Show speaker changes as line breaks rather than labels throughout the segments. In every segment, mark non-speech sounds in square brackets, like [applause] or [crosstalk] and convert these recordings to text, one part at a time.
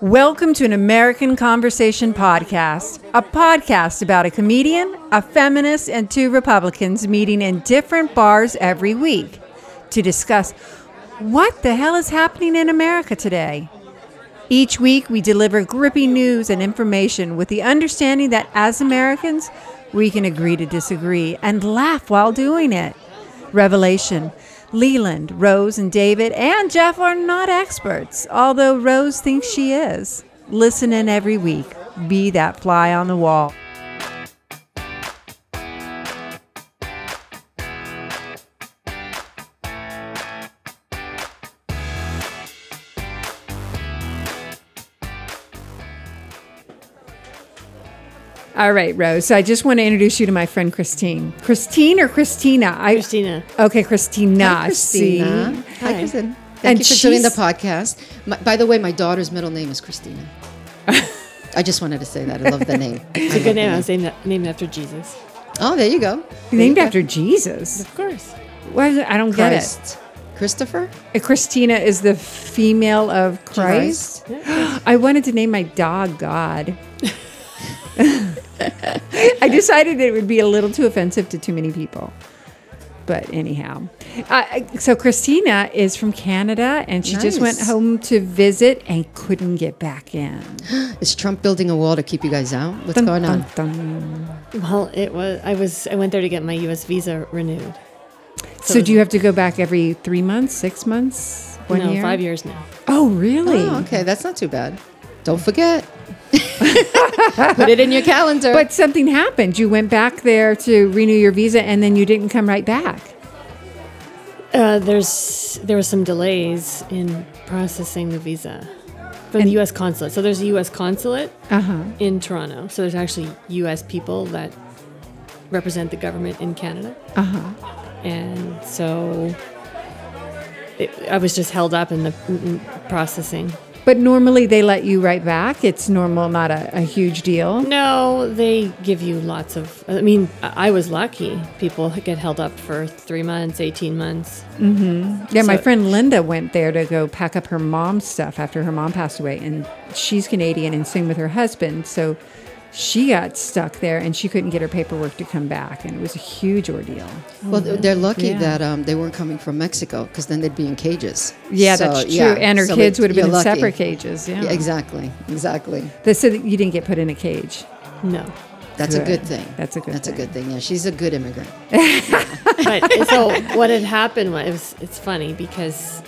Welcome to an American Conversation podcast, a podcast about a comedian, a feminist, and two Republicans meeting in different bars every week to discuss what the hell is happening in America today. Each week, we deliver gripping news and information with the understanding that as Americans, we can agree to disagree and laugh while doing it. Revelation. Leland, Rose, and David, and Jeff are not experts, although Rose thinks she is. Listen in every week. Be that fly on the wall. All right, Rose. So I just want to introduce you to my friend Christine. Christine or Christina? I,
Christina.
Okay, Christina. See?
Christina. Hi,
Hi.
Kristen. Thank
And
you for doing the
she's-
podcast. My, by the way, my daughter's middle name
[laughs]
is Christina. I just wanted to say that. I love the name.
It's a good name. I was named, named after Jesus.
Oh, there you go.
Named after Jesus.
Of course.
Why I don't get it.
Christ. Christopher?
Uh, Christina is the female of Christ. [gasps] I wanted to name my dog God. [laughs] I decided that it would be a little too offensive to too many people. But anyhow, uh, so Christina is from Canada and she just went
Nice.
home to visit and couldn't get back in.
Is Trump building a wall to keep you guys out? What's
Dun,
going on?
dun, dun.
Well, it was. I was. I went there to get my U.S. visa renewed.
So, do you have to go back every three months, six months, one
no,
year?
five years now.
Oh, really?
Oh, okay. That's not too bad. Don't forget. Put it in your calendar.
But something happened. You went back there to renew your visa and then you didn't come right back.
Uh, there's there were some delays in processing the visa from the U.S. consulate. So there's a U.S. consulate
Uh huh.
in Toronto. So there's actually U.S. people that represent the government in Canada.
Uh huh.
and so it, I was just held up in the mm, mm, processing.
But normally they let you right back. It's normal, not a, a huge deal.
No, they give you lots of. I mean, I I was lucky. People get held up for three months, eighteen months.
Yeah, my
So-
friend Linda went there to go pack up her mom's stuff after her mom passed away, and she's Canadian and soon with her husband. So she got stuck there and she couldn't get her paperwork to come back. And it was a huge ordeal.
well, they're lucky
Yeah.
that um, they weren't coming from Mexico because then they'd be in cages.
Yeah,
So,
that's true.
yeah.
And her
So
kids
it-
would have been
you're
in
lucky.
separate cages. Yeah.
Yeah, exactly. Exactly.
They said that you didn't get put in a cage.
No,
That's a
Good.
good thing.
That's a good
That's
thing.
a good thing. Yeah, she's a good immigrant.
but so what had happened was it was, it's funny because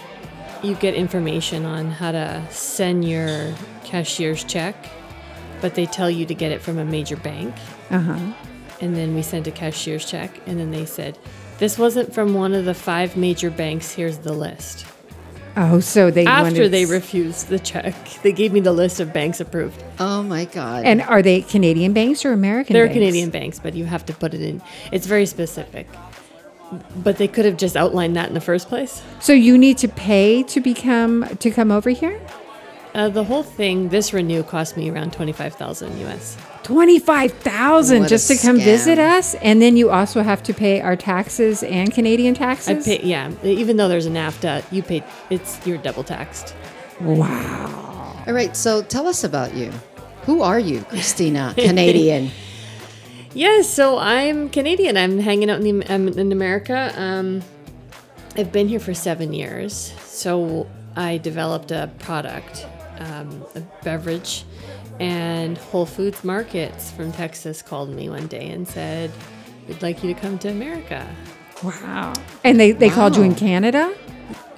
you get information on how to send your cashier's check, but they tell you to get it from a major bank.
Uh huh.
and then we sent a cashier's check and then they said this wasn't from one of the five major banks here's the list
Oh, so they
after
wanted-
they refused the check they gave me the list of banks approved
Oh my God.
And are they Canadian banks or American?
they're
banks?
canadian banks but you have to put it in it's very specific but they could have just outlined that in the first place
So you need to pay to become to come over here.
uh, the whole thing this renew cost me around 25000 us
Twenty five thousand
What
just
a
to come visit
scam.
us, and then you also have to pay our taxes and Canadian
i
taxes.
pay yeah even though there's an nafta you pay it's you're double taxed
Wow.
All right, so tell us about you. Who are you,
[laughs]
Christina? Canadian.
Yes, so I'm Canadian. I'm hanging out in, the, um, in America. Um, I've been here for seven years. So I developed a product, um, a beverage, and Whole Foods Markets from Texas called me one day and said, We'd like you to come to America.
Wow. And they they called you in
Wow.
Canada.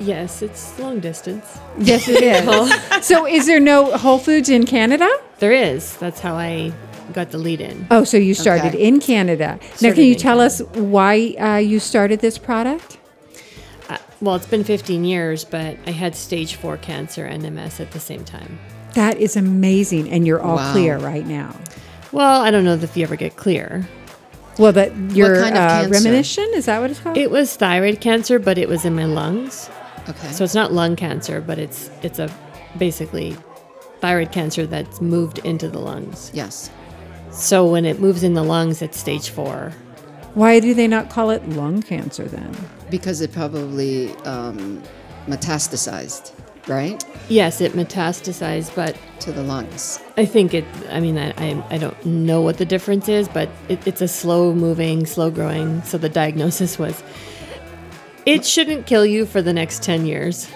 Yes, it's long distance.
Yes, it is. so is there no Whole Foods in Canada?
There is. That's how I got the lead in.
Oh, so you started
Okay.
in Canada. now,
Started
can you
in
tell us why uh, you started this product?
Uh, well, it's been 15 years, but I had stage four cancer and MS at the same time.
That is amazing, and you're all
Wow.
clear right now.
Well, I don't know if you ever get clear.
Well, that your
kind of
uh,
cancer?
reminiscence is that what it's called?
It was thyroid cancer, but it was in my lungs.
Okay.
So it's not lung cancer, but it's it's a basically thyroid cancer that's moved into the lungs.
yes.
So when it moves in the lungs, it's stage four.
Why do they not call it lung cancer then?
Because it probably um, metastasized. right?
Yes, it metastasized, but
To the lungs.
I think it. I mean, I, I, I don't know what the difference is, but it, it's a slow moving, slow growing. So the diagnosis was, it shouldn't kill you for the next ten years.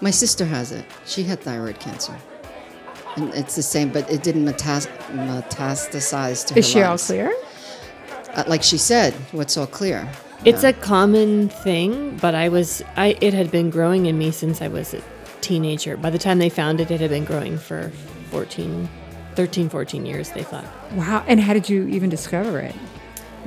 My sister has it. She had thyroid cancer. And it's the same, but it didn't metas- metastasize to her
Is she all
lungs.
clear?
Uh, like she said, what's all clear?
It's a common thing, but I was I it had been growing in me since I was a teenager. By the time they found it, it had been growing for 14 13 14 years, they thought.
Wow. And how did you even discover it?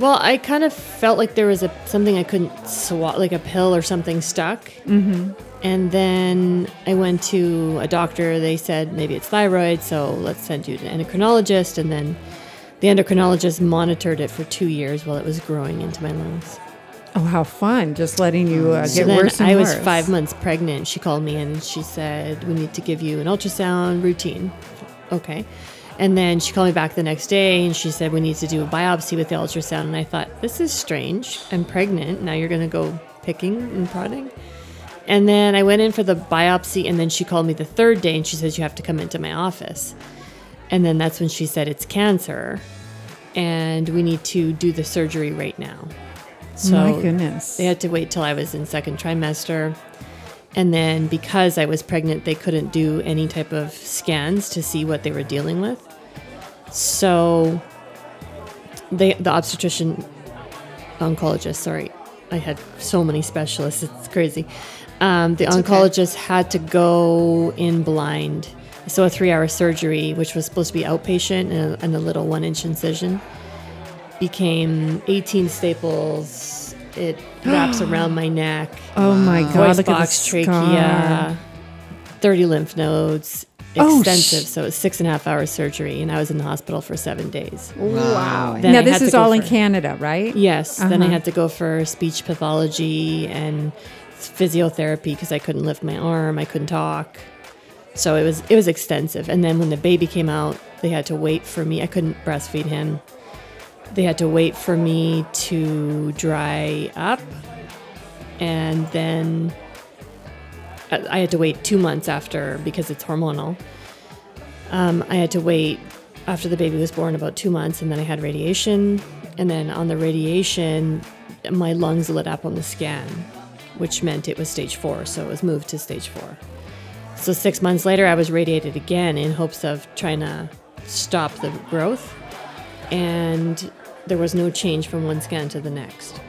Well, I kind of felt like there was a something I couldn't swat, like a pill or something stuck. Mm-hmm. And then I went to a doctor. They said maybe it's thyroid, so let's send you to an endocrinologist. And then the endocrinologist monitored it for two years while it was growing into my lungs.
Oh, how fun. Just letting you uh,
So
get
then
worse and
I
worse.
was five months pregnant. She called me and she said, We need to give you an ultrasound routine. Okay. And then she called me back the next day and she said, We need to do a biopsy with the ultrasound. And I thought, This is strange. I'm pregnant. Now you're going to go picking and prodding. And then I went in for the biopsy and then she called me the third day and she says, You have to come into my office. And then that's when she said, It's cancer and we need to do the surgery right now. So
My goodness.
they had to wait till I was in second trimester. And then because I was pregnant, they couldn't do any type of scans to see what they were dealing with. So they the obstetrician oncologist, sorry. I had so many specialists, it's crazy. Um, the
okay.
oncologist had to go in blind. So a three hour surgery, which was supposed to be outpatient and a, and a little one inch incision became 18 staples.
[gasps]
It wraps around my neck.
Oh my God!
voice
Look at
box,
this
trachea, 30 lymph nodes.
Oh, sh-
Extensive. so it was six and a half hour surgery, and I was in the hospital for seven days.
Wow.
Then
now
I
this
had to
is
go
all in
for-
Canada, right?
Yes. Then I had to go for speech pathology and physiotherapy because I couldn't lift my arm, I couldn't talk. So it was it was extensive. And then when the baby came out, they had to wait for me. I couldn't breastfeed him. They had to wait for me to dry up. And then uh, I I had to wait 2 months after because it's hormonal. Um, I had to wait after the baby was born about two months, and then I had radiation. And then on the radiation, my lungs lit up on the scan, which meant it was stage four, so it was moved to stage four. So six months later, I was radiated again in hopes of trying to stop the growth, and there was no change from one scan to the next.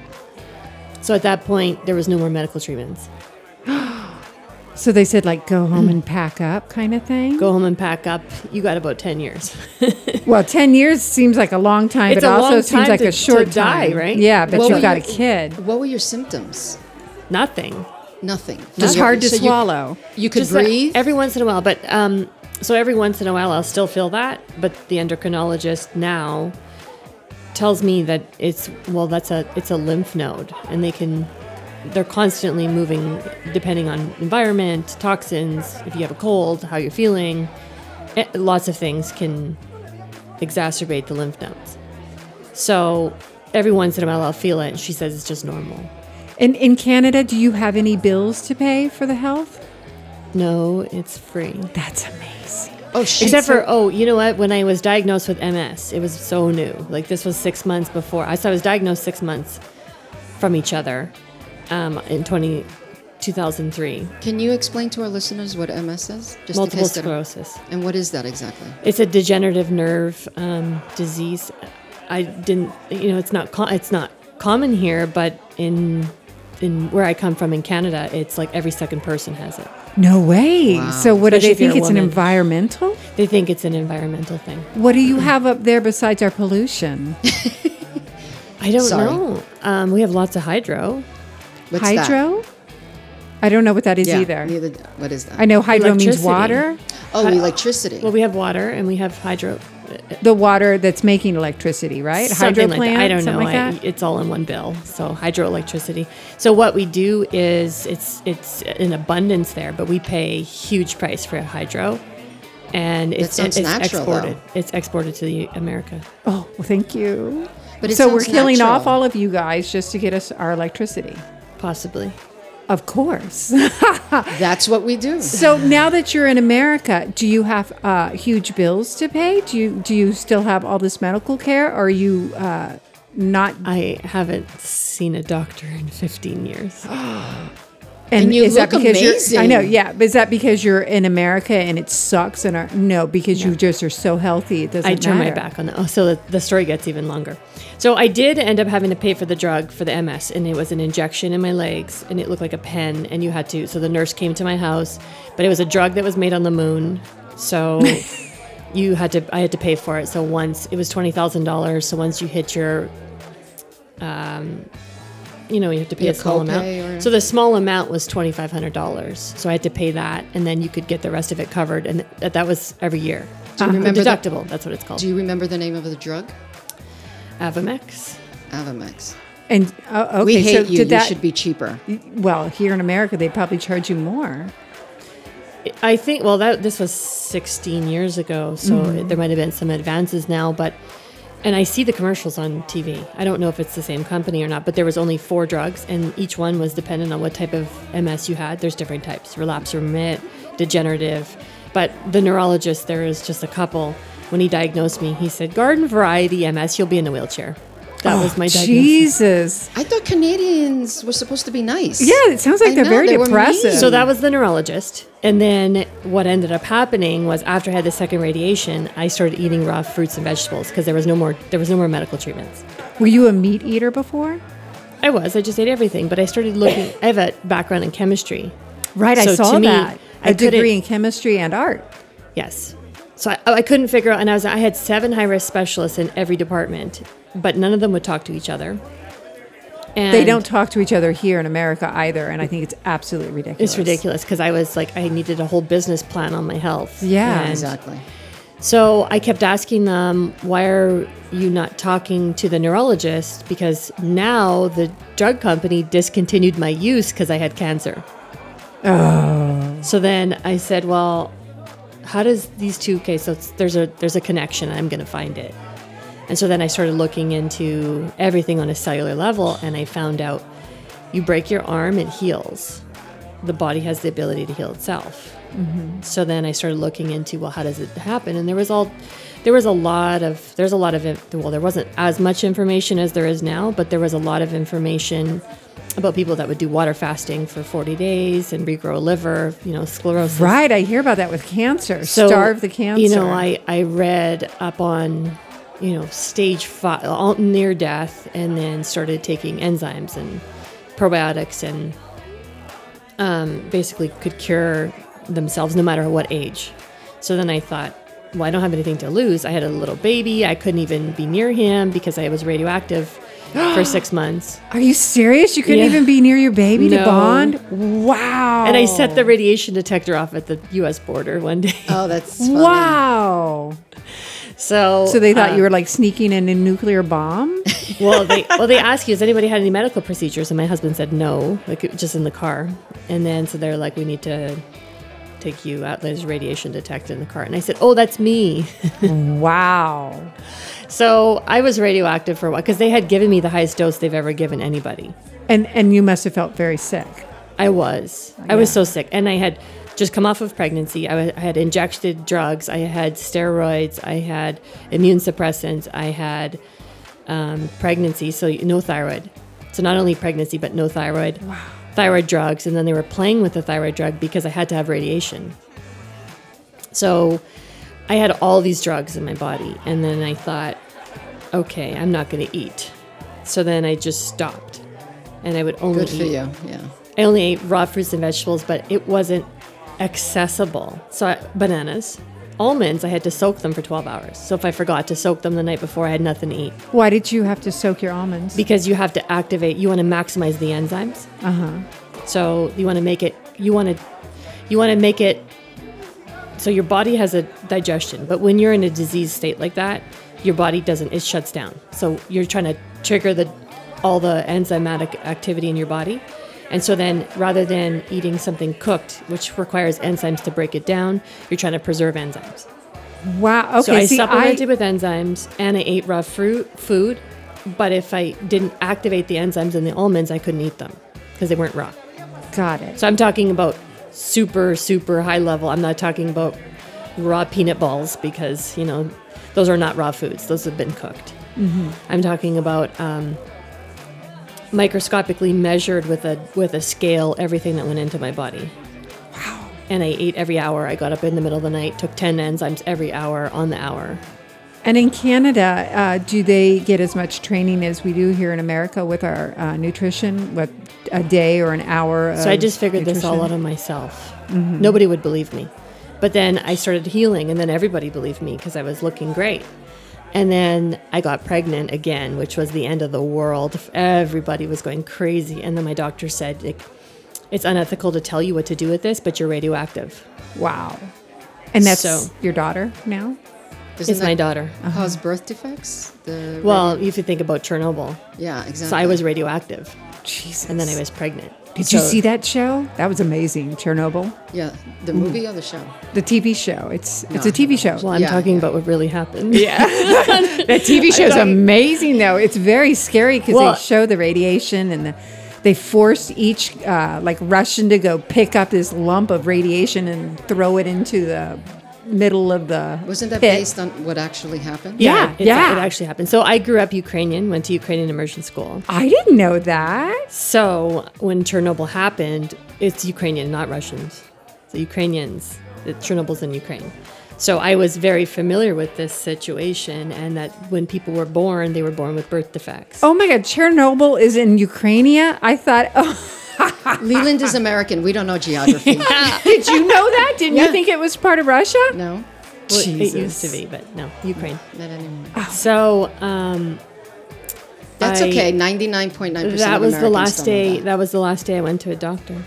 So at that point, there was no more medical treatments.
So they said like go home and pack up, kind of thing.
Mm-hmm. Go home and pack up. You got about ten years. [laughs]
Well, ten years seems like a long time,
It's
but
a
also
long
seems
time
like
to-
a short
to die,
time.
right?
Yeah, but
What
you've
were
got a
you-
kid.
What were your symptoms?
Nothing.
Nothing.
Just
You-
hard to
so you-
swallow.
You, could
that
breathe.
every once in a while but um so every once in a while i'll still feel that but the endocrinologist now tells me that it's well that's a it's a lymph node and they can they're constantly moving depending on environment toxins if you have a cold how you're feeling eh, lots of things can exacerbate the lymph nodes so every once in a while i'll feel it and she says it's just normal
And in Canada, do you have any bills to pay for the health?
no it's free
That's amazing.
oh, shit.
Except for oh, you know what? When I was diagnosed with MS, it was so new. Like this was six months before. I so I was diagnosed six months from each other um, in 20, 2003.
Can you explain to our listeners what MS is? Just in
multiple
case they don't-
sclerosis.
And what is that exactly?
It's a degenerative nerve um, disease. I didn't, you know, it's not co- it's not common here, but in in where I come from in Canada, it's like every second person has it.
No way. So what do
Especially
they
if
think?
you're a
It's an
woman.
environmental.
They think it's an environmental thing.
What do you
Mm-hmm.
have up there besides our pollution?
I don't
Sorry.
know. Um, we have lots of hydro.
What's that?
Hydro. I don't know what that is
Yeah,
either.
Neither, what is that?
I know hydro means
Electricity.
water.
Oh, electricity.
Well, we have water and we have hydro.
The water that's making electricity, right?
something
hydro
like that.
plant.
I don't know.
something Like
I-
that?
it's all in one bill. So hydroelectricity. So what we do is it's it's an abundance there, but we pay a huge price for hydro, and it's,
sounds
it's
natural, though.
exported. It's exported to the America.
Oh, well, thank you.
But it
so we're
sounds
killing
natural.
off all of you guys just to get us our electricity.
Possibly.
Of course. [laughs]
That's what we do.
so now that you're in America, do you have uh, huge bills to pay? Do you do you still have all this medical care? Or are you uh, not?
I haven't seen a doctor in 15 years.
And you
is that
look
because you're- I know,
amazing.
yeah. But is that because you're in America and it sucks? And are, no, because you just are so healthy. It doesn't.
I turn my
matter.
back on that. Oh, so the, the story gets even longer. So I did end up having to pay for the drug for the MS, and it was an injection in my legs, and it looked like a pen, and you had to. So the nurse came to my house, but it was a drug that was made on the moon,
[laughs]
so you had to. I had to pay for it. So once it was twenty thousand dollars. So once you hit your, um, you know, you have to pay
Your
a small
copay
amount.
or-
So the small amount was twenty five hundred dollars. So I had to pay that, and then you could get the rest of it covered, and th- that was every year.
Do you
A
remember the-
deductible? that's what it's called.
Do you remember the name of the drug?
Avamex.
Avamex.
And oh, okay,
We hate
so
you.
Did that,
you should be cheaper.
Well, here in America, they probably charge you more.
I think. Well, that this was 16 years ago, so there might have been some advances now. But and I see the commercials on TV. I don't know if it's the same company or not, but there was only four drugs, and each one was dependent on what type of MS you had. There's different types: relapse, remit, degenerative. But the neurologist, there is just a couple. When he diagnosed me, he said, "Garden variety MS. You'll be in a wheelchair." That Oh, was
Oh,
my diagnosis.
Jesus.
I thought Canadians were supposed to be nice.
Yeah, it sounds like
I
they're
know,
very
they were
depressive.
mean.
So that was the neurologist. And then what ended up happening was after I had the second radiation, I started eating raw fruits and vegetables because there was no more there was no more medical treatments.
Were you a meat eater before?
I was, I just ate everything, but I started looking I have a background in chemistry.
Right, I
So
saw
to me,
that.
I
A degree
couldn't-
in chemistry and art.
Yes. So I, I couldn't figure out and I was I had seven high risk specialists in every department, but none of them would talk to each other. And
They don't talk to each other here in America either, and I think it's absolutely ridiculous.
it's ridiculous because I was like I needed a whole business plan on my health.
Yeah.
And-
Exactly.
So I kept asking them, why are you not talking to the neurologist? Because now the drug company discontinued my use because I had cancer. Oh. So then I said, well, how does these two? Okay, so it's, there's a there's a connection. I'm going to find it. And so then I started looking into everything on a cellular level, and I found out you break your arm, it heals. The body has the ability to heal itself. So then I started looking into well, how does it happen? And there was all, there was a lot of there's a lot of in- well, there wasn't as much information as there is now, but there was a lot of information about people that would do water fasting for 40 days and regrow liver, you know, sclerosis.
Right, I hear about that with cancer.
So,
Starve the cancer.
You know, I, I read up on, you know, stage five, all near death, and then started taking enzymes and probiotics and um, basically could cure themselves no matter what age. So then I thought, well, I don't have anything to lose. I had a little baby. I couldn't even be near him because I was
[gasps]
radioactive for six months.
Are you serious? You couldn't
Yeah.
even be near your baby to
No.
bond? Wow.
And I set
Oh.
the radiation detector off at the U.S. border one day. [laughs]
Oh, that's funny.
Wow.
So,
So they
uh,
thought you were like sneaking in a nuclear
[laughs]
bomb?
well, they well they asked you, has anybody had any medical procedures? And my husband said no, like it- just in the car. And then so they're like, we need to take you out. There's radiation detected in the car. And I said, oh, that's me. [laughs]
wow.
so I was radioactive for a while because they had given me the highest dose they've ever given anybody.
And and you must have felt very sick.
I was. I was so sick, and I had just come off of pregnancy. I, wa- I had injected drugs. I had steroids. I had immune suppressants. I had um, pregnancy, so no thyroid. So not only pregnancy, but no thyroid. Wow. Thyroid drugs, and then they were playing with the thyroid drug because I had to have radiation. So I had all these drugs in my body, and then I thought, okay, I'm not going to eat. So then I just stopped, and I would only
Good for
eat
you. Yeah.
I only ate raw fruits and vegetables, but it wasn't accessible. So I, bananas, almonds, I had to soak them for 12 hours. So if I forgot to soak them the night before, I had nothing to eat
Why did you have to soak your almonds?
because you have to activate. You want to maximize the enzymes. Uh huh. So you want to make it. You want to. You want to make it. So your body has a digestion, but when you're in a disease state like that, your body doesn't. It shuts down. So you're trying to trigger the all the enzymatic activity in your body. And so then, rather than eating something cooked, which requires enzymes to break it down, you're trying to preserve enzymes.
wow. Okay.
So I
see,
supplemented with enzymes and I ate raw fruit food, but if I didn't activate the enzymes in the almonds, I couldn't eat them because they weren't raw.
Got it.
So I'm talking about super, super high level. I'm not talking about raw peanut balls because, you know, those are not raw foods. Those have been cooked. I'm talking about um, microscopically measured with a with a scale everything that went into my body. Wow. And I ate every hour. I got up in the middle of the night, took 10 enzymes every hour on the hour.
And in Canada, uh, do they get as much training as we do here in America with our uh, nutrition, with a day or an hour?
So I just figured this all out on myself.
Mm-hmm.
Nobody would believe me. But then I started healing, and then everybody believed me because I was looking great. And then I got pregnant again, which was the end of the world. Everybody was going crazy. And then my doctor said, like, it's unethical to tell you what to do with this, but you're radioactive.
Wow. And that's
So-
your daughter now?
Doesn't
It's my
that
daughter.
cause birth defects? The
Well, if you think about Chernobyl,
yeah, exactly.
so I was radioactive,
Jesus.
and then I was pregnant.
Did you
So-
see that show? That was amazing, Chernobyl.
yeah,
Mm-hmm.
the movie or the show.
The TV show. It's it's
No,
a TV show.
Well, I'm
Yeah,
talking
yeah.
about what really happened. Yeah.
The TV show's amazing though. It's very scary because
Well-
they show the radiation and the, they forced each uh, like Russian to go pick up this lump of radiation and throw it into the middle of the
Wasn't that
pit.
based on what actually happened?
Yeah,
it's-
yeah.
[laughs] It actually happened. So I grew up Ukrainian, went to Ukrainian immersion school.
I didn't know that.
So when Chernobyl happened, it's Ukrainian, not Russians. The Ukrainians, the Chernobyl's in Ukraine. So I was very familiar with this situation and that when people were born, they were born with birth defects.
Oh my god, Chernobyl is in Ukraine. I thought [laughs] oh
Leland is American. We don't know
[laughs]
geography.
did you know that? Didn't you
Yeah.
think it was part of Russia?
No,
Well, it-
Jesus.
It used to be, but no, Ukraine.
not anymore.
So um,
That's
I-
okay. Ninety-nine point nine percent.
that was the last day.
That.
That was the last day I went to a doctor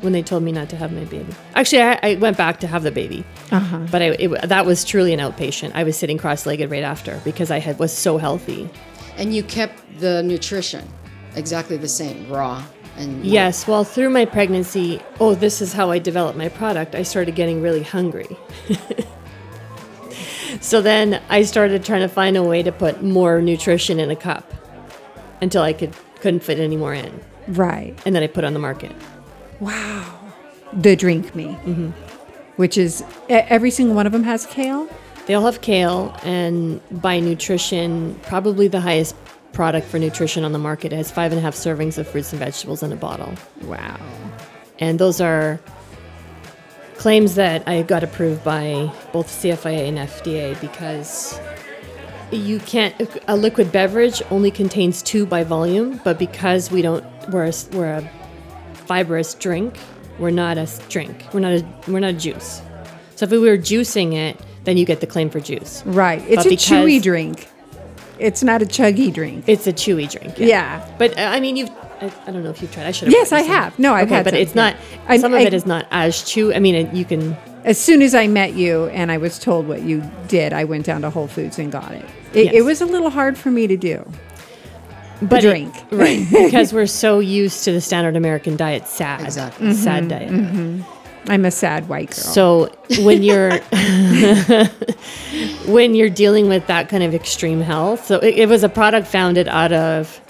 when they told me not to have my baby. Actually, I, I went back to have the baby, uh-huh. but I, it, that was truly an outpatient. I was sitting cross-legged right after because I had was so healthy.
And you kept the nutrition exactly the same, raw and
Yes, well, through my pregnancy, oh, this is how I developed my product. I started getting really hungry. [laughs] so then I started trying to find a way to put more nutrition in a cup until I could couldn't fit any more in,
Right.
and then I put on the market.
Wow. The drink me.
Mm-hmm.
Which is e- every single one of them has kale.
They all have kale, and by nutrition, probably the highest product for nutrition on the market. It has five and a half servings of fruits and vegetables in a bottle.
Wow.
And those are claims that I got approved by both CFIA and FDA because you can't, a liquid beverage only contains two by volume, but because we don't, we're a, s- we're a fibrous drink, we're not a s- drink, we're not a, we're not a juice. So if we were juicing it, then you get the claim for juice.
Right. It's
But
a
because-
chewy drink. It's not a chuggy drink.
It's a chewy drink.
Yeah.
But uh, I mean, you've. I, I don't know if you've tried. I should.
Yes,
brought you
I
some.
have. No, I've
okay,
had
But
some,
it's not.
yeah.
some
I-
of
I-
it is not as chew. I mean, it, you can.
As soon as I met you and I was told what you did, I went down to Whole Foods and got it. It, it
Yes.
was a little hard for me to do.
But it-
drink.
[laughs] right? Because we're so used to the standard American diet, sad,
Exactly.
sad
Mm-hmm.
diet.
I'm a sad white girl.
So when you're [laughs] when you're dealing with that kind of extreme health, so it, it was a product founded out of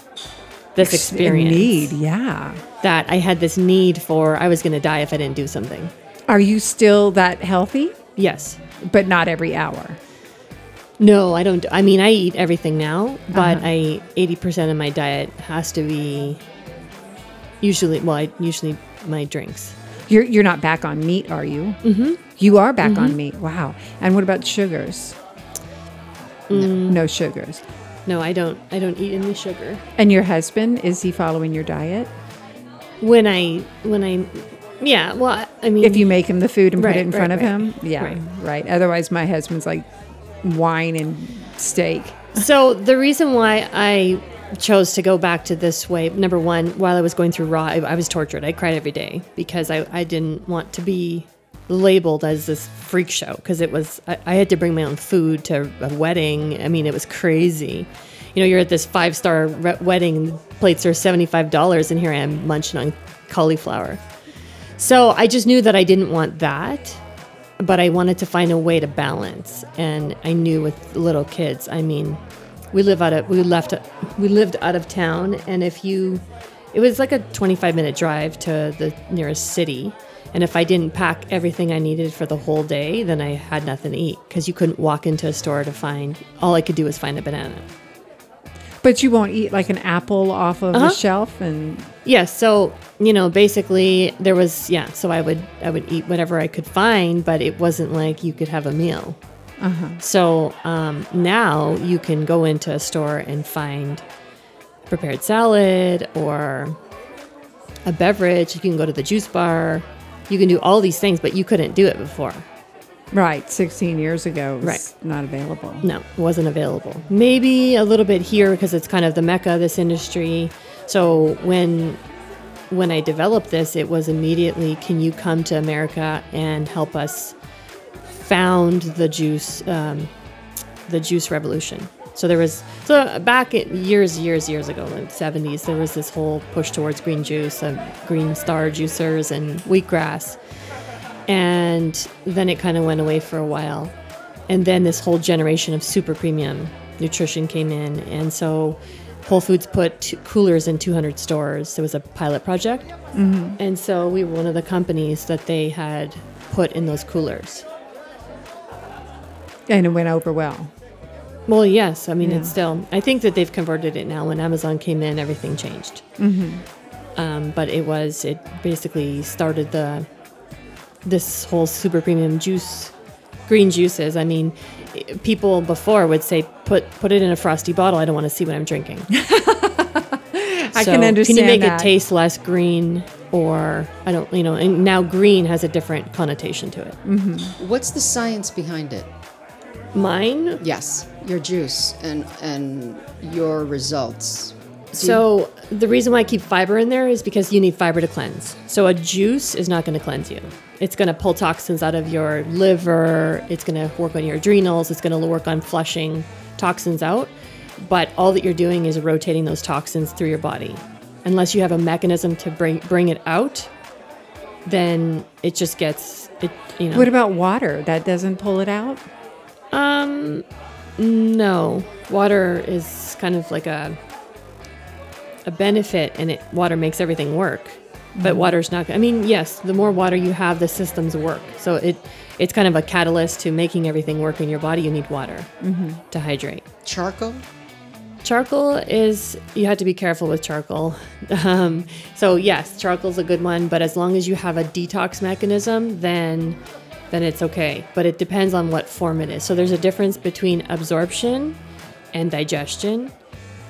this
It's in
experience
Need, yeah.
that I had this need for. I was going to die if I didn't do something.
Are you still that healthy?
Yes.
But not every hour.
No, I don't. I mean, I eat everything
Uh-huh.
now, but I eighty percent of my diet has to be usually. Well, I usually my drinks.
You're you're not back on meat, are you? Mm-hmm. You are back on meat. Wow. And what about sugars? No sugars.
No, I don't. I don't eat any sugar.
And your husband is he following your diet?
When I when I, yeah. Well, I- I mean,
if you make him the food and
Right,
put it in
right,
front of
right.
him. Yeah, right.
Right.
Otherwise, my husband's like wine and steak.
so the reason why I chose to go back to this way number one while i was going through raw i, I was tortured i cried every day because i, I didn't want to be labeled as this freak show because it was I, I had to bring my own food to a wedding i mean it was crazy you know you're at this five star re- wedding plates are $75 and here i am munching on cauliflower so i just knew that i didn't want that but I wanted to find a way to balance. And I knew with little kids, I mean, we live out of we left we lived out of town, and if you It was like a 25 minute drive to the nearest city. And if I didn't pack everything I needed for the whole day, then I had nothing to eat because you couldn't walk into a store to find, all I could do was find a banana.
But you won't eat like an apple off of
Uh-huh.
a shelf and
Yeah, so you know, basically there was yeah, so I would I would eat whatever I could find, but it wasn't like you could have a meal. So um, now you can go into a store and find prepared salad or a beverage. You can go to the juice bar. You can do all these things, but you couldn't do it before.
right 16 years ago it was
Right.
not available.
No, it wasn't available. Maybe a little bit here because it's kind of the mecca of this industry. So when when I developed this, it was immediately, can you come to America and help us found the juice um, the juice revolution? So there was so back at years, years, years ago, in the seventies, there was this whole push towards green juice, um, green star juicers, and wheatgrass and then it kind of went away for a while. And then this whole generation of super premium nutrition came in, and so Whole Foods put t- coolers in 200 stores. It was a pilot project, and so we were one of the companies that they had put in those coolers.
And it went over well.
Well, yes, I mean it's still. I think that they've converted it now. When Amazon came in, everything changed. Mm-hmm. Um, but it was it basically started the this whole super premium juice, green juices. I mean, i- people before would say put put it in a frosty bottle. I don't want to see what I'm drinking.
[laughs] I
So,
can understand
Can you make
that.
it taste less green, or I don't, you know? And now green has a different connotation to it.
What's the science behind it?
Mm-hmm.
Mine
Yes, your juice and and your results. Do you-
So the reason why I keep fiber in there is because you need fiber to cleanse. So a juice is not going to cleanse you. It's going to pull toxins out of your liver. It's going to work on your adrenals. It's going to work on flushing toxins out. But all that you're doing is rotating those toxins through your body. Unless you have a mechanism to bring bring it out, then it just gets it. You know.
What about water? That doesn't pull it out?
Um, no. Water is kind of like a a benefit, and it water makes everything work. But water's not. I mean, yes, the more water you have, the systems work. So it it's kind of a catalyst to making everything work in your body. You need water to hydrate.
charcoal.
Charcoal is you have to be careful with charcoal. Um, so yes, charcoal's a good one, but as long as you have a detox mechanism, then then it's okay. But it depends on what form it is. So there's a difference between absorption and digestion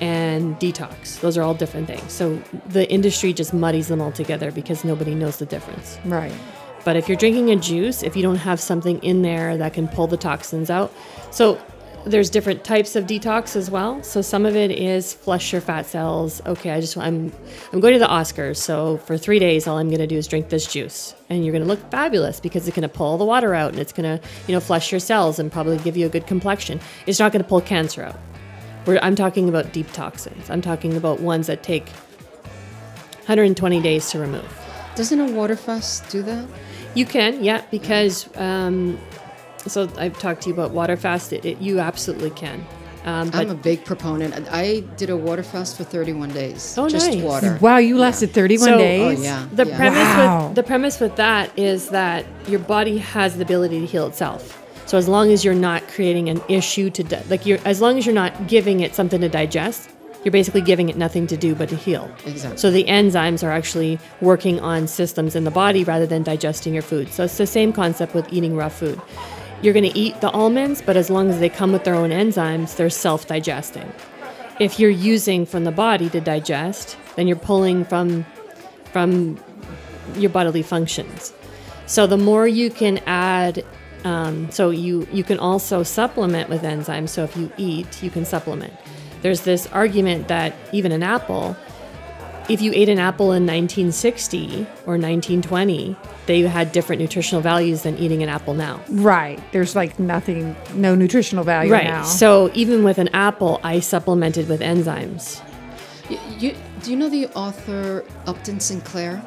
and detox. Those are all different things. So the industry just muddies them all together because nobody knows the difference.
Right.
But if you're drinking a juice, if you don't have something in there that can pull the toxins out, so there's different types of detox as well. So some of it is flush your fat cells. Okay, I just I'm I'm going to the Oscars, so for three days all I'm going to do is drink this juice, and you're going to look fabulous because it's going to pull the water out and it's going to you know flush your cells and probably give you a good complexion. It's not going to pull cancer out. We're, I'm talking about deep toxins. I'm talking about ones that take 120 days to remove.
Doesn't a water fast do that?
You can, yeah, because um, so I've talked to you about water fast. It, it, you absolutely can. Um, but
I'm a big proponent. I- I did a water fast for 31 days.
Oh,
just
nice.
water.
Wow, you lasted 31
So-
days?
Oh, yeah.
the premise
Wow.
with the premise with that is that your body has the ability to heal itself. So as long as you're not creating an issue to di- like you're as long as you're not giving it something to digest, you're basically giving it nothing to do but to heal.
Exactly.
So the enzymes are actually working on systems in the body rather than digesting your food. So it's the same concept with eating raw food. You're going to eat the almonds, but as long as they come with their own enzymes, they're self-digesting. If you're using from the body to digest, then you're pulling from from your bodily functions. So the more you can add, um, so you you can also supplement with enzymes. So if you eat, you can supplement. There's this argument that even an apple, if you ate an apple in 1960 or 1920, they had different nutritional values than eating an apple now.
Right. There's like nothing, no nutritional value
Right.
now.
So even with an apple, I supplemented with enzymes.
Y- You, do you know the author Upton Sinclair?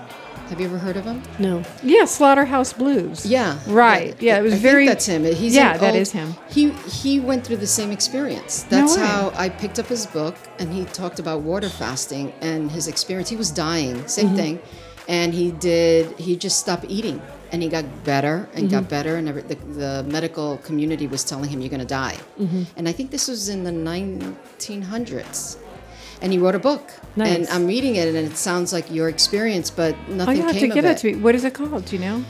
Have you ever heard of him?
No.
Yeah, Slaughterhouse Blues.
Yeah.
Right. Yeah, it was
I
very-
Think that's him. He's
Yeah,
an
that
old-
is him.
He he went through the same experience. That's
way.
how I picked up his book, and he talked about water fasting and his experience. He was dying, same
Mm-hmm.
thing, and he did. He just stopped eating, and he got better and
Mm-hmm.
got better, and every, the, the medical community was telling him, "You're going to die."
Mm-hmm.
And I think this was in the 1900s. And he wrote a book, and
Nice.
I'm reading it, and it sounds like your experience, but
Oh,
nothing
you have
came
to
of
give
it
that to me. What is it called? Do you know?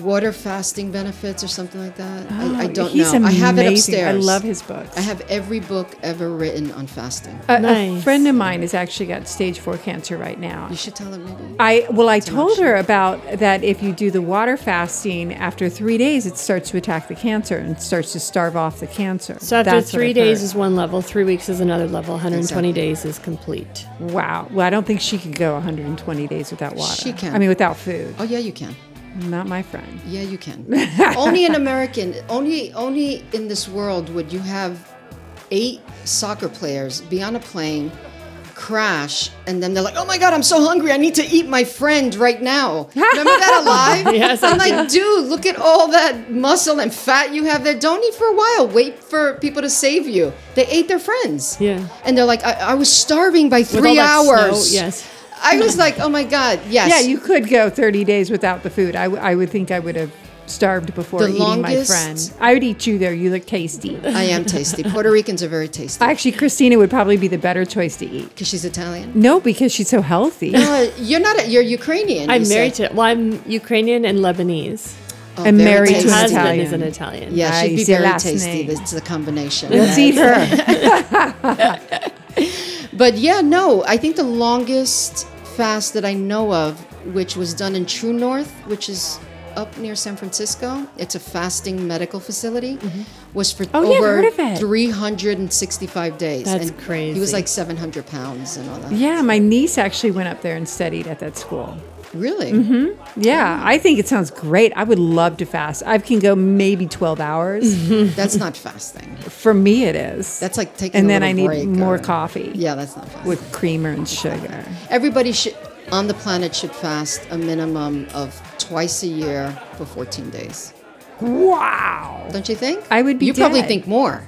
water fasting benefits or something like that. I, I
Oh,
don't
he's
know. I have it
amazing.
upstairs.
I love his books. Uh,
I have every book ever written on fasting.
A, a
Nice.
friend of mine has actually got stage four cancer right now.
You should tell them maybe.
I well, I told her about that. If you do the water fasting after three days, it starts to attack the cancer and starts to starve off the cancer.
So after
That's what
three
I've
days
heard.
is one level, three weeks is another level, 120
Exactly.
days is complete.
wow. Well, I don't think she could go 120 days without water.
She can.
I mean, without food.
Oh yeah, you can.
Not my friend.
Yeah, you can. [laughs] only an American, only only in this world would you have eight soccer players be on a plane, crash, and then they're like, "Oh my God, I'm so hungry! I need to eat my friend right now." Remember that
[laughs]
alive?
Yes, I
I'm like, dude, look at all that muscle and fat you have there. Don't eat for a while. Wait for people to save you. They ate their friends.
Yeah.
And they're like, "I, I was starving by
all
three
that snow,
hours."
yes.
I was like, "Oh my
[laughs]
God, yes."
Yeah, you could go 30 days without the food. I, w- I would think I would have starved before
The
eating
longest-
my friend. I would eat you though. You look tasty.
I am tasty. Puerto Ricans are very tasty.
actually, Christina would probably be the better choice to eat.
Because she's Italian.
No, because she's so healthy
Uh, you're not. A, you're Ukrainian.
I'm
you
married
said.
to, well, I'm Ukrainian and Lebanese.
Oh,
and married
very
My
to an
husband
tasty.
Italian.
is an Italian.
Yeah,
I
she'd be
see a
very
last
tasty.
name.
That's the combination.
Let's eat her.
But yeah, no. I think the longest fast that I know of, which was done in True North, which is up near San Francisco, it's a fasting medical facility, was for
Oh, yeah, I've
over
heard of it.
365 days.
That's
and He was
crazy.
like 700 pounds and all that.
Yeah, my niece actually went up there and studied at that school.
Really?
Mm-hmm. Yeah, I think it sounds great. I would love to fast. I can go maybe 12 hours.
That's not fasting.
For me, it is.
That's like taking.
and
a
then
little
I need
break
more
or-
coffee
Yeah, that's not fasting.
with creamer and sugar.
Everybody should on the planet should fast a minimum of twice a year for 14 days.
Wow.
Don't you think?
I would be
You probably
dead.
think more.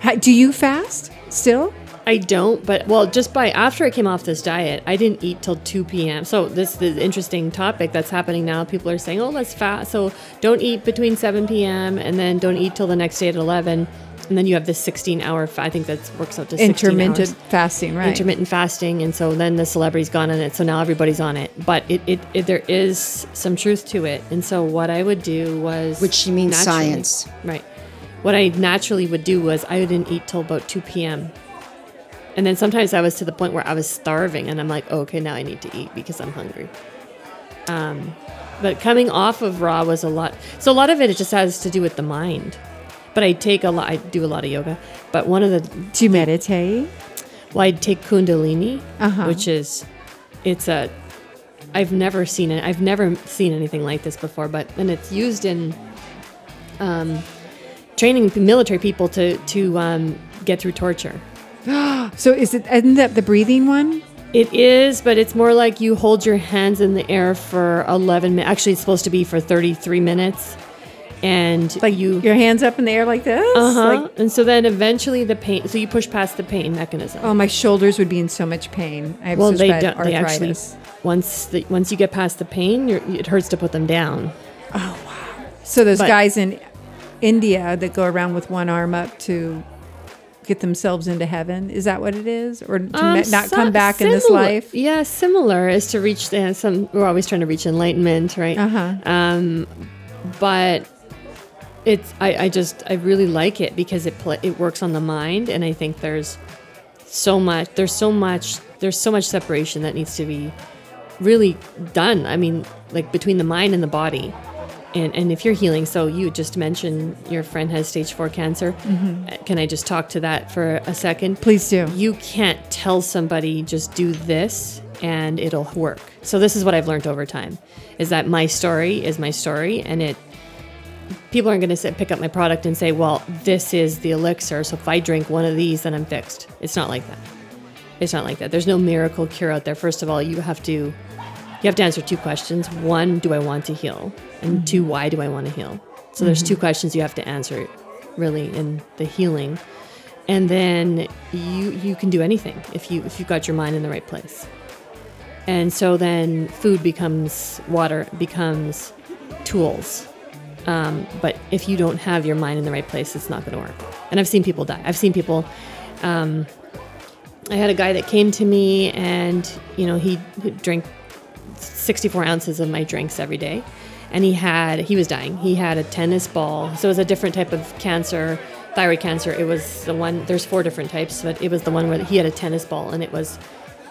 How, do you fast still?
I don't, but well, just by after I came off this diet, I didn't eat till 2 p.m. So this is an interesting topic that's happening now. People are saying, "Oh, let's fast." So don't eat between 7 p.m. and then don't eat till the next day at 11, and then you have this 16-hour. Fa- I think that works out to 16
Intermittent
hours.
fasting, right?
intermittent fasting, and so then the celebrity's gone on it. So now everybody's on it, but it, it, it there is some truth to it. And so what I would do was,
Which she means
naturally-
science.
right? What I naturally would do was I didn't eat till about two p.m. And then sometimes I was to the point where I was starving, and I'm like, oh, okay, now I need to eat because I'm hungry. Um, but coming off of raw was a lot. So a lot of it, it just has to do with the mind. But I take a lot. I do a lot of yoga. But one of the
Do you meditate?
well, I'd take Kundalini,
Uh-huh.
which is, it's a, I've never seen it. I've never seen anything like this before. But and it's used in, um, training military people to to um, get through torture.
So is it isn't that the breathing one?
It is, but it's more like you hold your hands in the air for eleven minutes. Actually, it's supposed to be for thirty-three minutes, and
Like
you.
your hands up in the air like this?
uh-huh.
Like,
and so then eventually the pain. So you push past the pain mechanism.
oh, my shoulders would be in so much pain. I have
well
such
they
bad
don't they actually
arthritis.
once the, once you get past the pain you're, it hurts to put them down
So those
But-
guys in India that go around with one arm up to get themselves into heaven, is that what it is? Or to
Um,
me- not
so-
come back in this
similar-
life?
yeah similar is to reach the some we're always trying to reach enlightenment right
Uh-huh.
um but it's I, I just I really like it because it pla it works on the mind and I think there's so much there's so much there's so much separation that needs to be really done I mean like between the mind and the body and and if you're healing so you just mentioned your friend has stage 4 cancer Uh, can I just talk to that for a second
Mm-hmm. Please do.
you can't tell somebody just do this and it'll work so this is what I've learned over time is that my story is my story and it people aren't going to sit pick up my product and say, "Well, this is the elixir, so if I drink one of these, then I'm fixed." It's not like that. It's not like that. There's no miracle cure out there. First of all, you have to you have to answer two questions. One, do I want to heal? And two, why do I want to heal? So there's two questions you have to answer really in the healing. And then you you can do anything if you if you've got your mind in the right place. And so then food becomes water becomes tools. Um, but if you don't have your mind in the right place, it's not going to work. And I've seen people die. I've seen people um, I had a guy that came to me and, you know, he would drink 64 ounces of my drinks every day. And he had, he was dying. He had a tennis ball. So it was a different type of cancer, thyroid cancer. It was the one, there's four different types, but it was the one where he had a tennis ball and it was,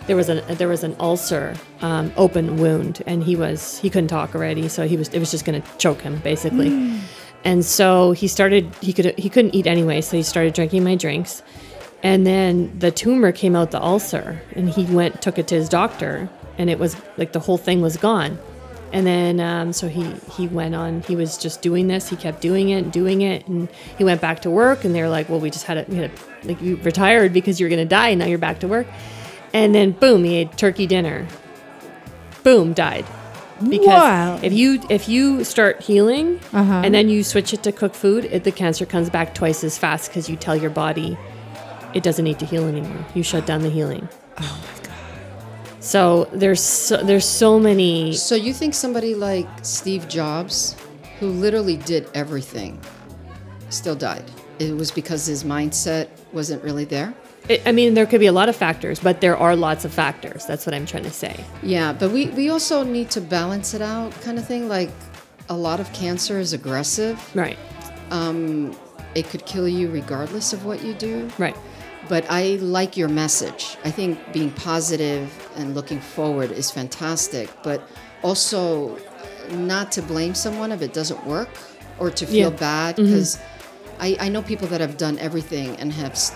there was an there was an ulcer, um, open wound, and he was he couldn't talk already, so he was it was just going to choke him basically, and so he started he could he couldn't eat anyway, so he started drinking my drinks, and then the tumor came out the ulcer, and he went took it to his doctor, and it was like the whole thing was gone. And then um, so he he went on. He was just doing this. He kept doing it, and doing it, and he went back to work. And they were like, "Well, we just had it. We had a, like you retired because you were going to die, and now you're back to work." And then boom, he ate turkey dinner. Boom, died. Because
Wow.
if you if you start healing
Uh-huh.
and then you switch it to cook food, it, the cancer comes back twice as fast because you tell your body it doesn't need to heal anymore. You shut down the healing. Oh my god. So there's so, there's so many.
So you think somebody like Steve Jobs, who literally did everything, still died? It was because his mindset wasn't really there.
It, I mean, there could be a lot of factors, but there are lots of factors. That's what I'm trying to say.
Yeah, but we we also need to balance it out, kind of thing. Like a lot of cancer is aggressive.
Right.
It could kill you regardless of what you do.
Right.
But I like your message. I think being positive and looking forward is fantastic, but also uh, not to blame someone if it doesn't work or to feel
Yeah. Mm-hmm.
bad because I, I know people that have done everything and have s-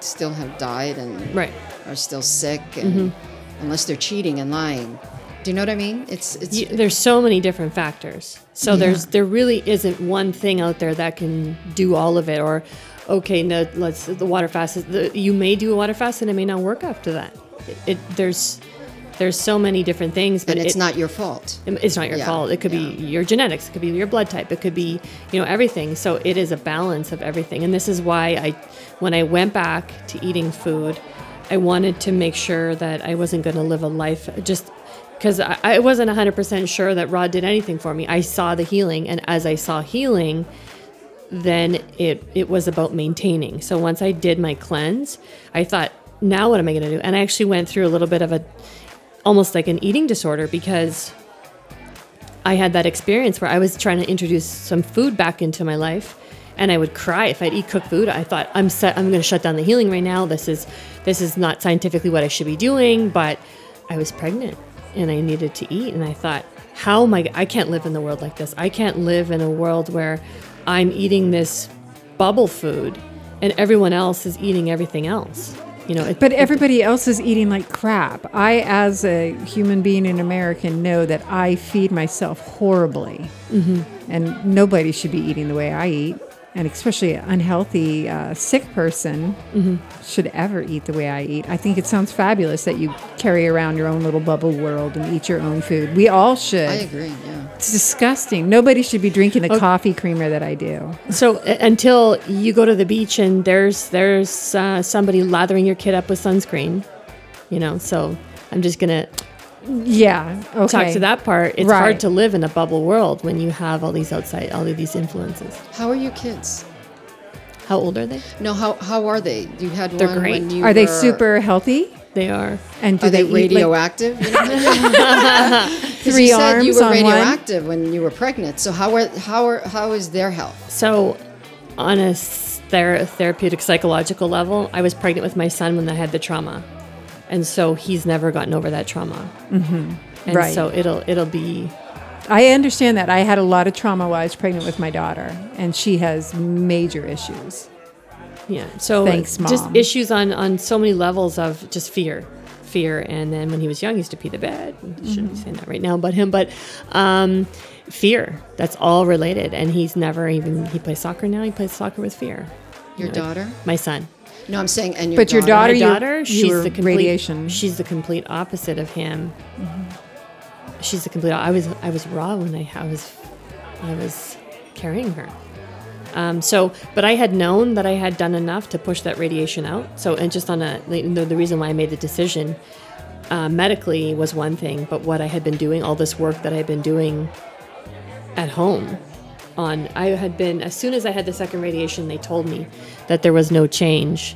still have died and
Right. Mm-hmm.
are still sick and unless they're cheating and lying. Do you know what I mean? It's it's
Y there's so many different factors. So there's there really isn't one thing out there that can do all of it. Or okay, no, let's the water fast. Is the, you may do a water fast and it may not work after that. It, it- there's there's so many different things, but
and it's
it-
not your fault.
it's not your
Yeah,
fault. It could be
yeah.
your genetics. It could be your blood type. It could be you know everything. So it is a balance of everything, and this is why I, when I went back to eating food, I wanted to make sure that I wasn't going to live a life just because I, I wasn't 100% sure that Rod did anything for me. I saw the healing, and as I saw healing, then it it was about maintaining. So once I did my cleanse, I thought, now what am I going to do? And I actually went through a little bit of a almost like an eating disorder because I had that experience where I was trying to introduce some food back into my life and I would cry if I'd eat cooked food. I thought I'm set I'm going to shut down the healing right now. This is this is not scientifically what I should be doing, but I was pregnant and I needed to eat and I thought how am I I can't live in the world like this. I can't live in a world where I'm eating this bubble food and everyone else is eating everything else. You know, it,
But everybody else is eating like crap. I, as a human being and American, know that I feed myself horribly.
Mm-hmm.
And nobody should be eating the way I eat. And especially an unhealthy, uh, sick person
Mm-hmm.
should ever eat the way I eat. I think it sounds fabulous that you carry around your own little bubble world and eat your own food. We all should.
I Oh. agree. Yeah.
It's disgusting. Nobody should be drinking the coffee creamer that I do.
So uh, until you go to the beach and there's there's uh, somebody lathering your kid up with sunscreen, you know. So I'm just gonna
Yeah. Okay.
talk to that part. It's
Right.
hard to live in a bubble world when you have all these outside, all of these influences.
How are your kids?
How old are they?
No, how how are they? You had
They're
one when
great.
you
Are they
were-
super healthy?
They are.
And do
Are they,
eat, like,
[laughs] radioactive? You know what I mean?
three
you
arms
said you were
on one?
radioactive when you were pregnant. So how are how are how is their health?
So on a s- thera- therapeutic psychological level, I was pregnant with my son when I had the trauma, and so he's never gotten over that trauma. Mm-hmm. And
Right.
so it'll it'll be
I understand that. I had a lot of trauma while I was pregnant with my daughter, and she has major issues.
Yeah. So uh,
Thanks,
Just
Mom.
issues on on so many levels of just fear, fear, and then when he was young, he used to pee the bed.
Mm-hmm.
Shouldn't be saying that right now about him, but um, fear. That's all related, and he's never even he plays soccer now. He plays soccer with fear.
Your daughter?
My son.
No, I'm saying and your
But your
My
daughter- you-
daughter,
you
she's
were
the complete,
radiation.
She's the complete opposite of him.
Mm-hmm.
she's a complete. I was I was raw when I, I was I was carrying her. Um, so, but I had known that I had done enough to push that radiation out. So, and just on a the, the reason why I made the decision uh, medically was one thing, but what I had been doing, all this work that I had been doing at home, on I had been as soon as I had the second radiation, they told me that there was no change.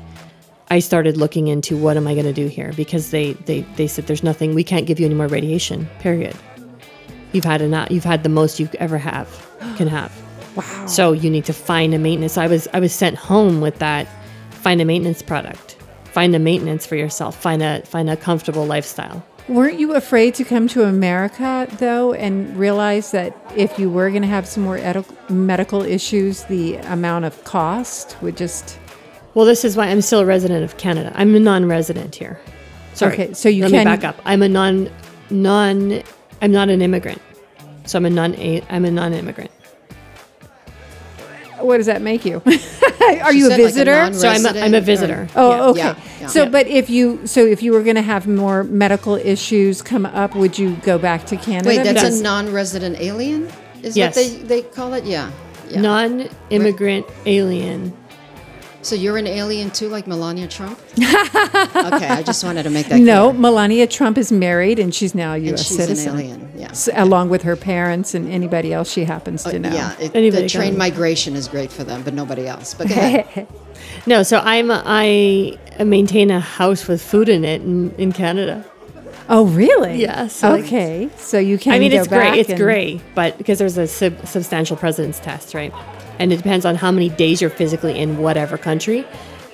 I started looking into what am I going to do here because they they they said there's nothing we can't give you any more radiation. Period. You've had enough. You've had the most you ever have can have.
Wow.
So you need to find a maintenance. I was I was sent home with that. Find a maintenance product. Find a maintenance for yourself. Find a find a comfortable lifestyle.
Weren't you afraid to come to America though, and realize that if you were going to have some more edi- medical issues, the amount of cost would just
Well, this is why I'm still a resident of Canada. I'm a non-resident here. Sorry.
Okay, so you
let
can-
me back up. I'm a non non. I'm not an immigrant. So I'm a non. a- I'm a non-immigrant.
what does that make you? [laughs] Are you a
said, like, a
visitor?
non-
So I'm a, I'm
Resident
a
or-
visitor.
oh,
Yeah.
okay.
yeah, yeah.
So,
Yeah.
but if you so if you were going to have more medical issues come up, would you go back to Canada?
Wait, that's
Yes.
a non-resident alien. Is
Yes.
what they they call it? Yeah. yeah.
Non-immigrant alien.
so you're an alien too, like Melania Trump. okay, I just wanted to make that.
no.
clear.
Melania Trump is married, and she's now a U.S.
and she's
citizen.
an alien. Yeah. Oh,
s- along with her parents and anybody else she happens to know.
Yeah, it,
Anybody
the train
can.
migration is great for them, but nobody else. But
[laughs]
go ahead.
No, so I'm a, I maintain a house with food in it in, in Canada.
Oh, really?
Yeah, so, like-
okay. So you can.
I mean,
go
it's
back
great. It's
and-
great, but because there's a sub- substantial presence test, right? And it depends on how many days you're physically in whatever country.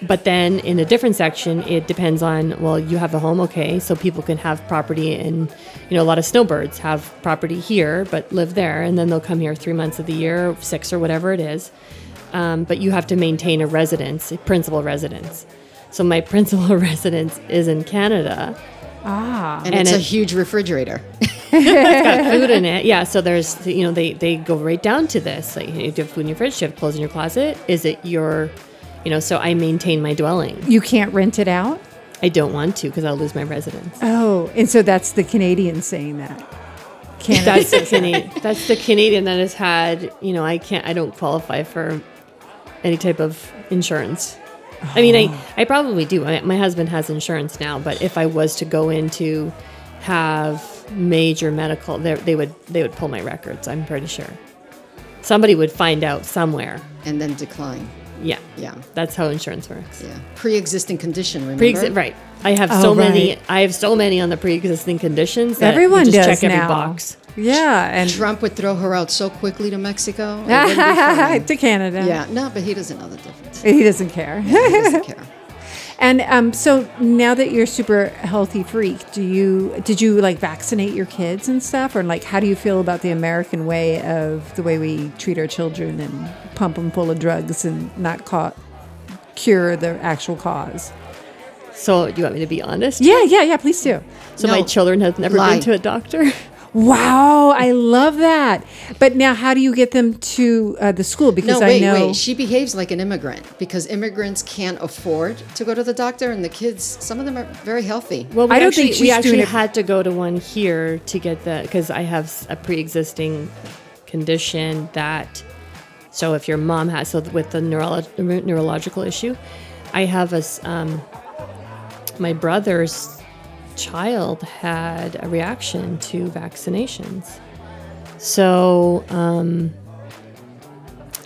But then in a different section, it depends on well, you have a home, okay, so people can have property, and you know, a lot of snowbirds have property here but live there, and then they'll come here three months of the year, six or whatever it is. Um, but you have to maintain a residence, a principal residence. So my [laughs] principal residence is in Canada.
Ah,
And,
And
it's
it-
a huge refrigerator. [laughs]
got food in it. Yeah, so there's you know they they go right down to this. Like, hey, do you have food in your fridge? Do you have clothes in your closet? Is it your, you know? So I maintain my dwelling.
you can't rent it out.
I don't want to because I'll lose my residence.
Oh, and so that's the Canadian saying
[laughs]
that. Canada.
That's the
[laughs]
Canadian. That's the Canadian that has had. You know, I can't. I don't qualify for any type of insurance. I mean,
Oh.
I I probably do. I, my husband has insurance now, but if I was to go in to have major medical, they they would they would pull my records. I'm pretty sure. Somebody would find out somewhere.
and then decline.
Yeah.
Yeah.
That's how insurance works.
Yeah. Pre-existing condition. Remember.
Pre right. I have so
Oh,
many
right.
I have so many on the pre-existing conditions that you
Everyone
just
does
check every
now.
box.
Yeah, and
Trump would throw her out so quickly to Mexico.
[laughs]
[laughs]
It wouldn't be funny.
to Canada.
yeah. No, but he doesn't know the difference.
he doesn't
[laughs]
care.
He doesn't
[laughs]
care.
and um, so now that you're super healthy freak, do you did you like vaccinate your kids and stuff, or like how do you feel about the American way of the way we treat our children and pump them full of drugs and not ca- cure the actual cause?
So you want me to be honest?
Yeah, yeah, yeah. Please do.
So my
No.
children have never
Lie.
been to a doctor.
Wow, I love that. But now, how do you get them to uh, the school? Because
No, wait,
I know.
wait. She behaves like an immigrant because immigrants can't afford to go to the doctor, and the kids, some of them are very healthy.
[laughs] Well, we
I don't
actually,
think
we
she's
actually
doing it-
had to go to one here to get the because I have s- a pre-existing condition that. So if your mom has so with the neurolo- neurological issue, I have a s- um, my brother's child had a reaction to vaccinations, so um,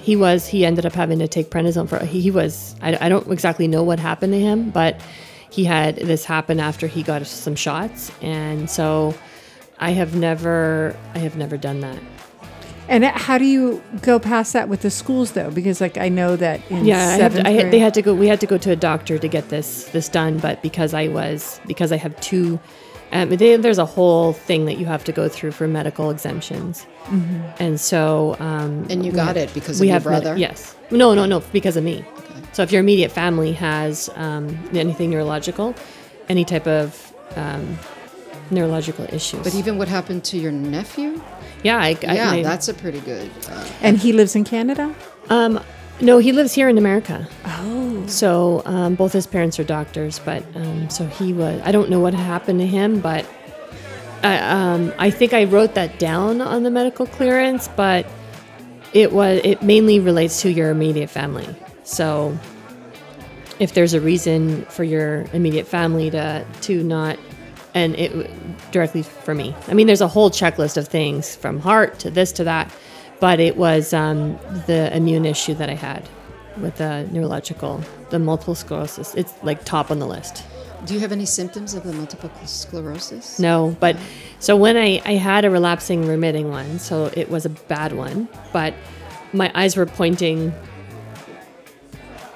he was he ended up having to take prednisone for he, he was I, I don't exactly know what happened to him but he had this happen after he got some shots and so i have never i have never done that
and uh, how do you go past that with the schools though? Because like I know that in
yeah I have
seventh
to- I had,
grade-
they had to go we had to go to a doctor to get this this done but because i was because i have two um, they, there's a whole thing that you have to go through for medical exemptions and so um,
and you got it because of
we
your
have met-
brother.
yes. No, no, no. Because of me. So if your immediate family has um, anything neurological, any type of um, neurological issues.
But even what happened to your nephew?
yeah, I, I,
yeah,
I-
that's a pretty good. Uh,
and he lives in Canada.
Um, no, he lives here in America. Oh. So um, both his parents are doctors, but um, so he was. I don't know what happened to him, but I, um, I think I wrote that down on the medical clearance, but it was it mainly relates to your immediate family. So if there's a reason for your immediate family to to not and it w- directly for me. I mean, there's a whole checklist of things from heart to this to that, but it was um, the immune issue that I had with the neurological, the multiple sclerosis. It's like top on the list.
Do you have any symptoms of the multiple sclerosis?
No, but so when I, I had a relapsing remitting one, so it was a bad one, but my eyes were pointing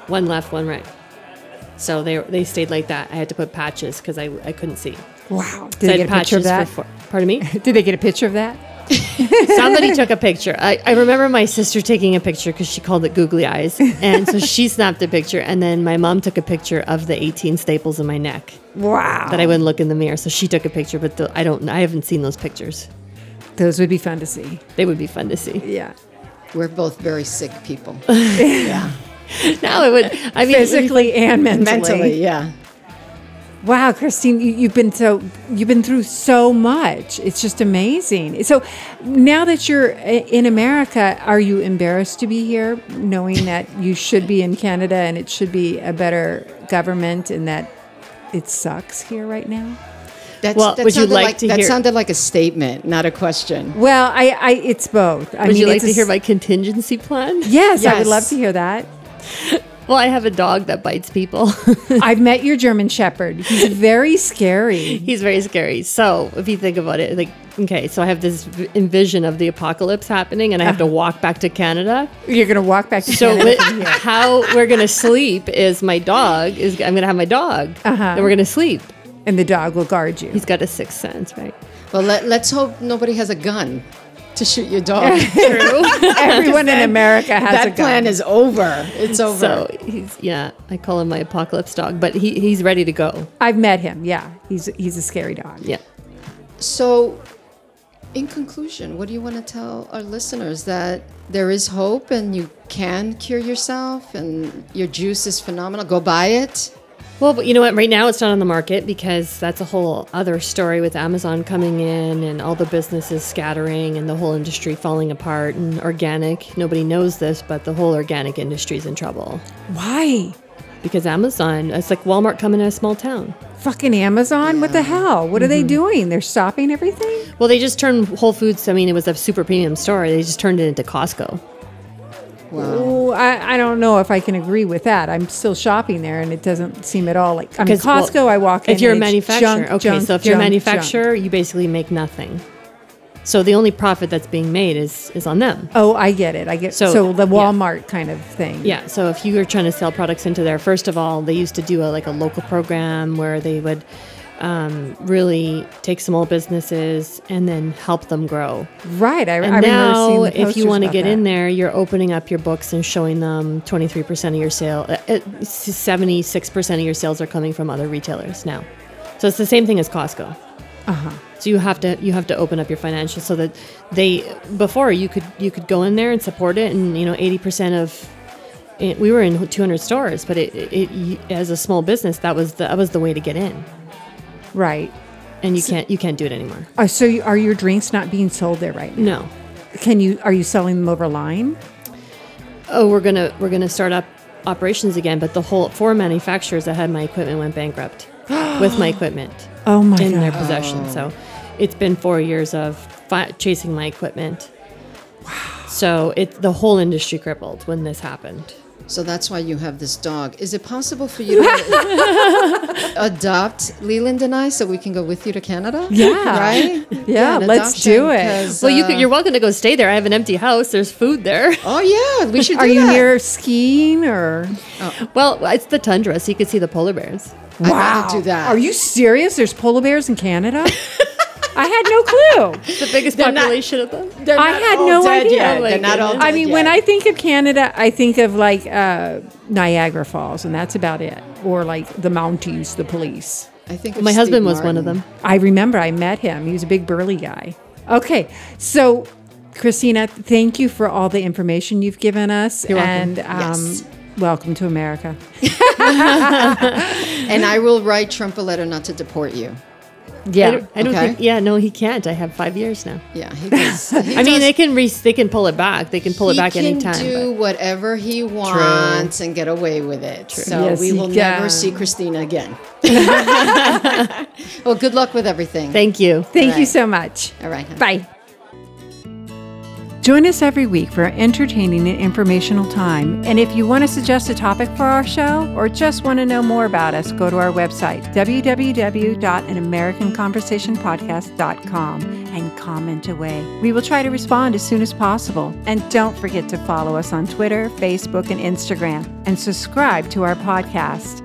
one left, one right. So they, they stayed like that. I had to put patches because I, I couldn't see.
Wow. Did they
So I had
get a picture of that?
for four. Pardon me?
Did they get a picture of that?
Somebody took a picture. I, I remember my sister taking a picture because she called it googly eyes. And so she snapped a picture. And then my mom took a picture of the 18 staples in my neck
Wow.
that I wouldn't look in the mirror. So she took a picture, but the, I don't, I haven't seen those pictures.
Those would be fun to see.
They would be fun to see. [laughs]
Yeah.
We're both very sick people.
Now it would, I mean,
Physically and mentally.
Mentally, yeah.
Wow, Christine, you, you've been so you've been through so much. It's just amazing. So now that you're i- in America, are you embarrassed to be here, knowing that you should be in Canada and it should be a better government and that it sucks here right now?
That's,
Well,
that
would you
sounded
like to
that
hear-
sounded like a statement, not a question.
Well, I, I it's both. I
Would you
mean,
like
it's
to
a
hear
s-
my contingency plan?
Yes, I would
Yes.
love to hear that.
Well, I have a dog that bites people. [laughs]
I've met your German Shepherd. He's very scary.
He's very scary. So if you think about it, like, okay, so I have this v- envision of the apocalypse happening and I have to walk back to Canada.
You're gonna walk back to
So
Canada
wi-
from here.
how we're gonna sleep is my dog is I'm gonna have my dog and we're gonna sleep.
and the dog will guard you.
He's got a sixth sense, right?
Well, let, let's hope nobody has a gun to shoot
[laughs]
your dog. [laughs]
True.
Everyone in America has a
that
gun.
plan is over. It's over.
so he's yeah, I call him my apocalypse dog, but he, he's ready to go.
I've met him. Yeah, he's he's a scary dog.
Yeah.
So, in conclusion, what do you want to tell our listeners that there is hope and you can cure yourself and your juice is phenomenal? Go buy it.
Well, but you know what? Right now it's not on the market because that's a whole other story with Amazon coming in and all the businesses scattering and the whole industry falling apart and organic. Nobody knows this, but the whole organic industry is in trouble
Why?
because Amazon, it's like Walmart coming to a small town.
Fucking Amazon? What the hell? What are
Mm-hmm.
they doing? They're stopping everything?
Well, they just turned Whole Foods, I mean, it was a super premium store. They just turned it into Costco.
Wow.
Oh, I, I don't know if I can agree with that. I'm still shopping there, and it doesn't seem at all like. I mean,
'Cause, well,
Costco. I walk in.
If you're a
and it's
manufacturer,
junk,
okay,
junk,
so if you're a
junk, junk.
manufacturer, you basically make nothing. So the only profit that's being made is is on them.
Oh, I get it. I get so,
So,
the
yeah.
Walmart kind of thing.
Yeah, so if you were trying to sell products into there, first of all, they used to do a, like a local program where they would um, really take small businesses and then help them grow.
right. I, I
And
remember seeing
now,
the
if you
posters
want to
about
get
that.
in there, you're opening up your books and showing them 23% of your sale. uh, uh, 76% of your sales are coming from other retailers now. So it's the same thing as Costco.
Uh-huh.
So you have to you have to open up your financials so that they before you could you could go in there and support it and you know 80% of it, we were in 200 stores but it, it, it as a small business that was the, that was the way to get in
right?
and you can't you can't do it anymore.
Uh, so, you, are your drinks not being sold there right now?
No.
Can you? Are you selling them over line?
oh we're gonna we're gonna start up operations again but the whole four manufacturers that had my equipment went
[gasps]
bankrupt with my equipment
Oh my
in their
God.
possession so it's been four years of fi- chasing my equipment wow so it the whole industry crippled when this happened
So that's why you have this dog. Is it possible for you to
[laughs]
adopt Leland and I so we can go with you to Canada?
Yeah.
Right?
Yeah,
an
let's do
adoption,
it.
'cause,
well you could,
uh,
you're welcome to go stay there i have an empty house there's food there [laughs]
Oh, yeah. We should do
Are you
that.
near skiing or?
well it's the tundra so you could see the polar bears
I'd rather do that.
Are you serious? There's polar bears in
[laughs]
Canada? I had no clue.
the biggest population of them
They're
I
not
had
all
no
dead
idea.
yet.
Oh my
They're not all
goodness.
I
dead
mean,
yet.
when I think of Canada, I think of like uh, Niagara Falls, and that's about it, or like the Mounties, the police.
I think
my husband was one of them
I remember I met him. He was a big burly guy. Okay, so Christina, thank you for all the information you've given us,
welcome.
and um,
Yes.
welcome to America.
And I will write Trump a letter not to deport you.
Yeah.
I don't, I don't
Okay.
think. Yeah, no, he can't. I have five years now.
Yeah,
[laughs]
he does. He
I mean,
does-
they can re- they can pull it back. They can pull it
he
back
can
anytime.
do
but-
whatever he wants and get away with it. So
Yes,
we
he
will
can.
never see
[laughs]
Christina again. [laughs] well, good luck with everything.
Thank you.
Thank you
Right.
so much.
All right. hon.
Bye. Join us every week for entertaining and informational time. And if you want to suggest a topic for our show or just want to know more about us, go to our website, www.anamericanconversationpodcast.com, and comment away. We will try to respond as soon as possible. And don't forget to follow us on Twitter, Facebook, and Instagram, and subscribe to our podcast.